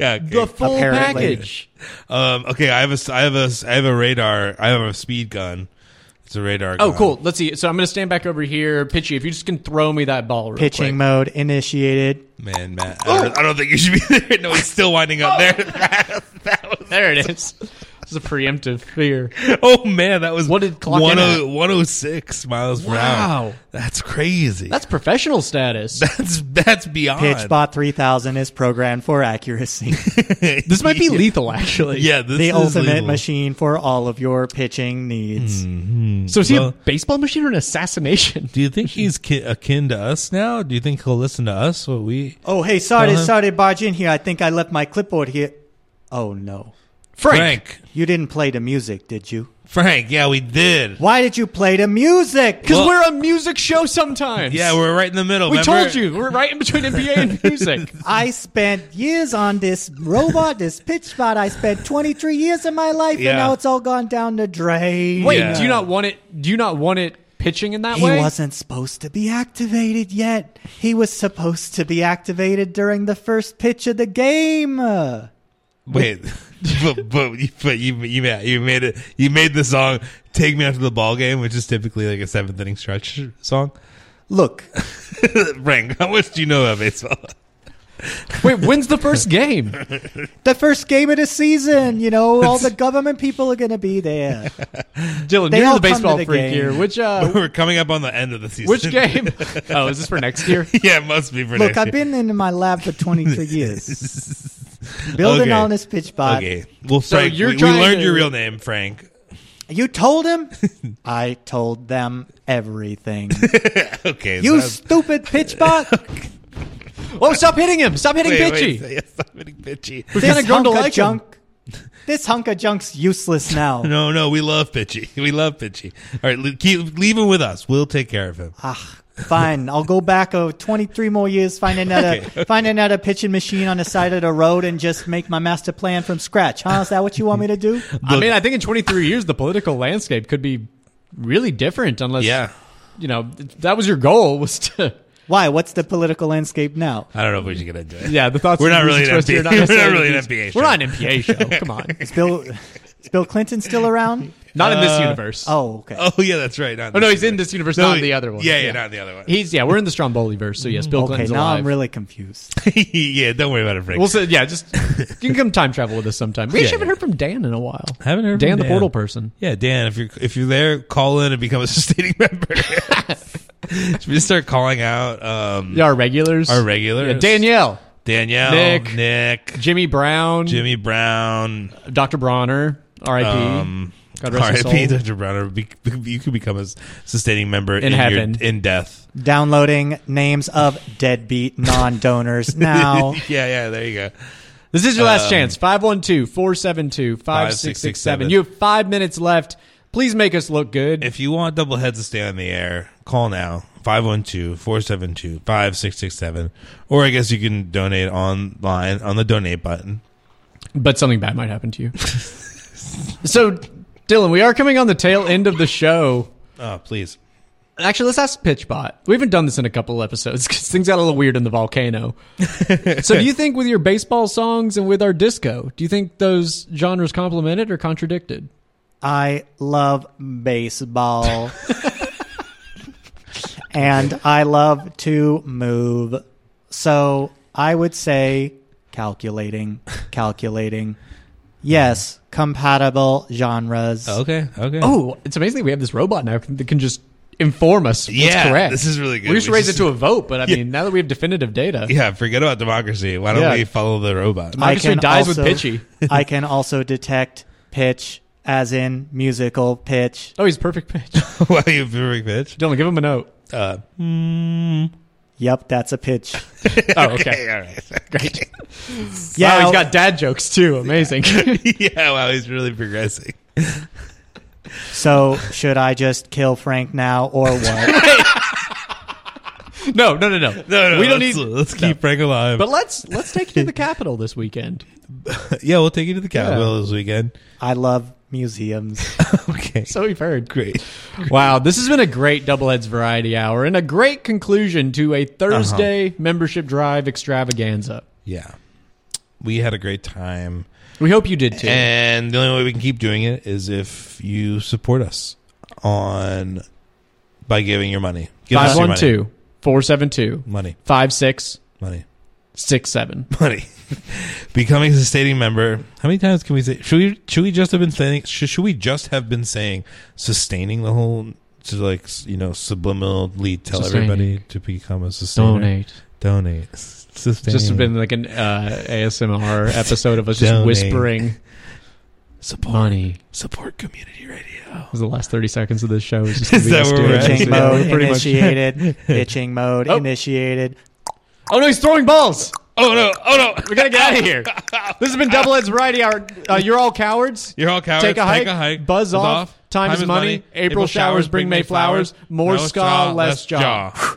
Uh-huh. Yeah. okay.
The full
Apparently.
package.
um, okay. I have a. s- I have a. s- I have a radar. I have a speed gun. It's a radar.
Oh,
gun.
cool. Let's see. So I'm going to stand back over here, Pitchy. If you just can throw me that ball, real
Pitching
quick.
mode initiated.
Man, Matt.
Oh.
I don't, I don't think you should be there. No, he's still winding up there.
There it is. It's a preemptive fear.
Oh man, that was oh,
What did clock in
10- 106 miles per hour.
Wow.
that's crazy.
That's professional status.
that's that's beyond
PitchBot 3000 is programmed for accuracy.
This might be lethal, actually.
Yeah, this
the
is
ultimate
lethal.
machine for all of your pitching
Hmm.
needs.
So is he a
Well-
baseball machine or an assassination?
Do you think he's ki- akin to us now? Do you think he'll listen to us? What we
Oh, hey, sorry,
Uh-huh.
sorry, barge in here. I think I left my clipboard here. Oh, no.
Frank.
You didn't play the music, did you?
Frank, yeah, we did.
Why did you play the music?
Because
Well-
we're a music show sometimes.
Yeah, we're right in the middle.
we
remember?
told you we're right in between NBA and music.
I spent years on this robot, this PitchBot. I spent 23 years of my life,
Yeah.
and now it's all gone down the drain.
Wait,
Yeah.
do you not want it? Do you not want it pitching in that
He
way?
wasn't supposed to be activated yet. He was supposed to be activated during the first pitch of the game. Uh,
Wait, but but, you- but you you ma- you made it. You made the song "Take Me After the Ball Game," which is typically like a seventh inning stretch song.
Look,
Frank, how much do you know about baseball?
Wait, when's the first game?
the first game of the season, you know, all the government people are going to be there.
Dylan,
They
you're the
all come to
baseball
the
freak
game.
here. Which uh,
We're coming up on the end of the season.
which game? Oh, is this for next year?
yeah, it must be for
Look,
next
I've
year.
been in my lab for 23 years, building
Okay.
on this pitch bot.
Okay, well, Frank,
you're
we, we
trying
learned
to-
your real name, Frank.
You told him? I told them everything.
Okay,
You
so-
stupid pitch bot.
Oh, stop hitting him! Stop hitting
wait,
Pitchy.
Wait, yeah, stop being bitchy.
We've kind
this
of grown
hunk
to
of
like him.
junk. This hunk of junk's useless now.
No, no, we love Pitchy. We love Pitchy. All right, le- keep, leave him with us. We'll take care of him.
Ah, fine. I'll go back uh, 23 more years, find another, find another pitching machine on the side of the road, and just make my master plan from scratch. Huh? Is that what you want me to do?
I mean, I think in 23 years the political landscape could be really different, unless
Yeah.
you know that was your goal was to.
Why? What's the political landscape now?
I don't know if we should get into it.
Yeah, the thoughts.
We're not
and
really
views
an
expressed here are
NBA we're not
necessarily
really an
these-
NBA
We're not an
show.
NBA show. Come on,
Is Bill, is Bill Clinton still around?
not in this
Uh,
universe.
Oh, okay.
Oh yeah, that's right. Not
Oh no, he's
this
in
one.
this universe,
No,
not in
he-
the other one.
Yeah, yeah, not in the other one.
He's yeah, we're in the Stromboli verse, so yes, Bill
okay,
Clinton's
now
alive.
I'm really confused.
yeah, don't worry about it, Frank.
We'll say yeah, just you can come time travel with us sometime. We
Yeah,
actually haven't
yeah.
heard from Dan in a while.
Haven't heard from
Dan, the
Dan.
portal person.
yeah, Dan, if you're if you're there, call in and become a sustaining member. Should we just start calling out um,
Yeah, our regulars.
Our regulars.
Yeah, Danielle,
Danielle,
Nick.
Nick,
Jimmy Brown,
Jimmy Brown,
Dr. Bronner, R.I.P.
um,
God rest his
RIP,
soul.
Dr. Browner. Be, be- you could become a s- sustaining member in,
heaven.
your, in death.
Downloading names of deadbeat non-donors now.
yeah, yeah. There you go.
This is your last
Um,
chance. 512-472-5667. You have five minutes left. Please make us look good.
If you want double heads to stay on the air, call now 512-472-5667 or I guess you can donate online on the donate button.
but something bad might happen to you. so, Dylan, we are coming on the tail end of the show.
Oh, please.
Actually, let's ask Pitchbot. We haven't done this in a couple of episodes because things got a little weird in the volcano. so, do you think with your baseball songs and with our disco, do you think those genres complemented or contradicted?
I love baseball. and I love to move. So I would say calculating, calculating. Yes, compatible genres.
Okay, okay.
Oh, it's amazing that we have this robot now that can just inform us. What's
Yeah,
correct.
this is really good.
We should
We
raise
just-
it to a vote, but I mean, now that we have definitive data,
Yeah, forget about democracy. Why don't
Yeah.
we follow the robot?
I- Marcus Reed dies with pitchy.
I can also detect pitch as in musical pitch.
oh, he's perfect pitch.
Why are you perfect pitch?
Dylan, give him a note.
Uh,
Yep, that's a pitch.
Oh, okay.
okay, all right.
Great. Yeah,
Yeah,
Oh, he's got dad jokes too. Amazing.
yeah, wow, he's really progressing.
so should I just kill Frank now or what?
no, no, no, no,
No, no,
We don't need.
let's, Let's keep Frank alive.
But let's let's take you to the Capitol this weekend.
yeah, we'll take you to the Capitol this weekend.
I love museums.
Okay,
So we've heard.
great.
Wow, this has been a great Doubleheads Variety Hour and a great conclusion to a Thursday
Uh-huh.
membership drive extravaganza.
Yeah, we had a great time.
We hope you did too.
And the only way we can keep doing it is if you support us on by giving your money. Give us your money.
512 472
money,
5667.
money,
six seven.
money. Becoming a sustaining member. How many times can we say? Should we? Should we just have been saying? Should, should we just have been saying sustaining the whole to like s- you know subliminally tell
Sustaining.
everybody to become a sustainer?
Donate.
Donate. S- Sustaining.
Just been like an uh, ASMR episode of us just
Donate.
whispering
support
money.
support community radio.
Was the last thirty seconds of this show is just gonna
Is
be
that
us
where
doing
we're at?
this.
Itching
Right.
Yeah,
mode
we're pretty much-
initiated. Itching mode
Oh.
initiated.
Oh no, he's throwing balls.
Oh no! Oh no!
We gotta get out of here. This has been Double Ed's Variety Hour. Uh, you're all cowards.
You're all cowards.
Take a hike.
hike.
Buzz off. Time, is money. April, showers bring May flowers. More ska, less jaw.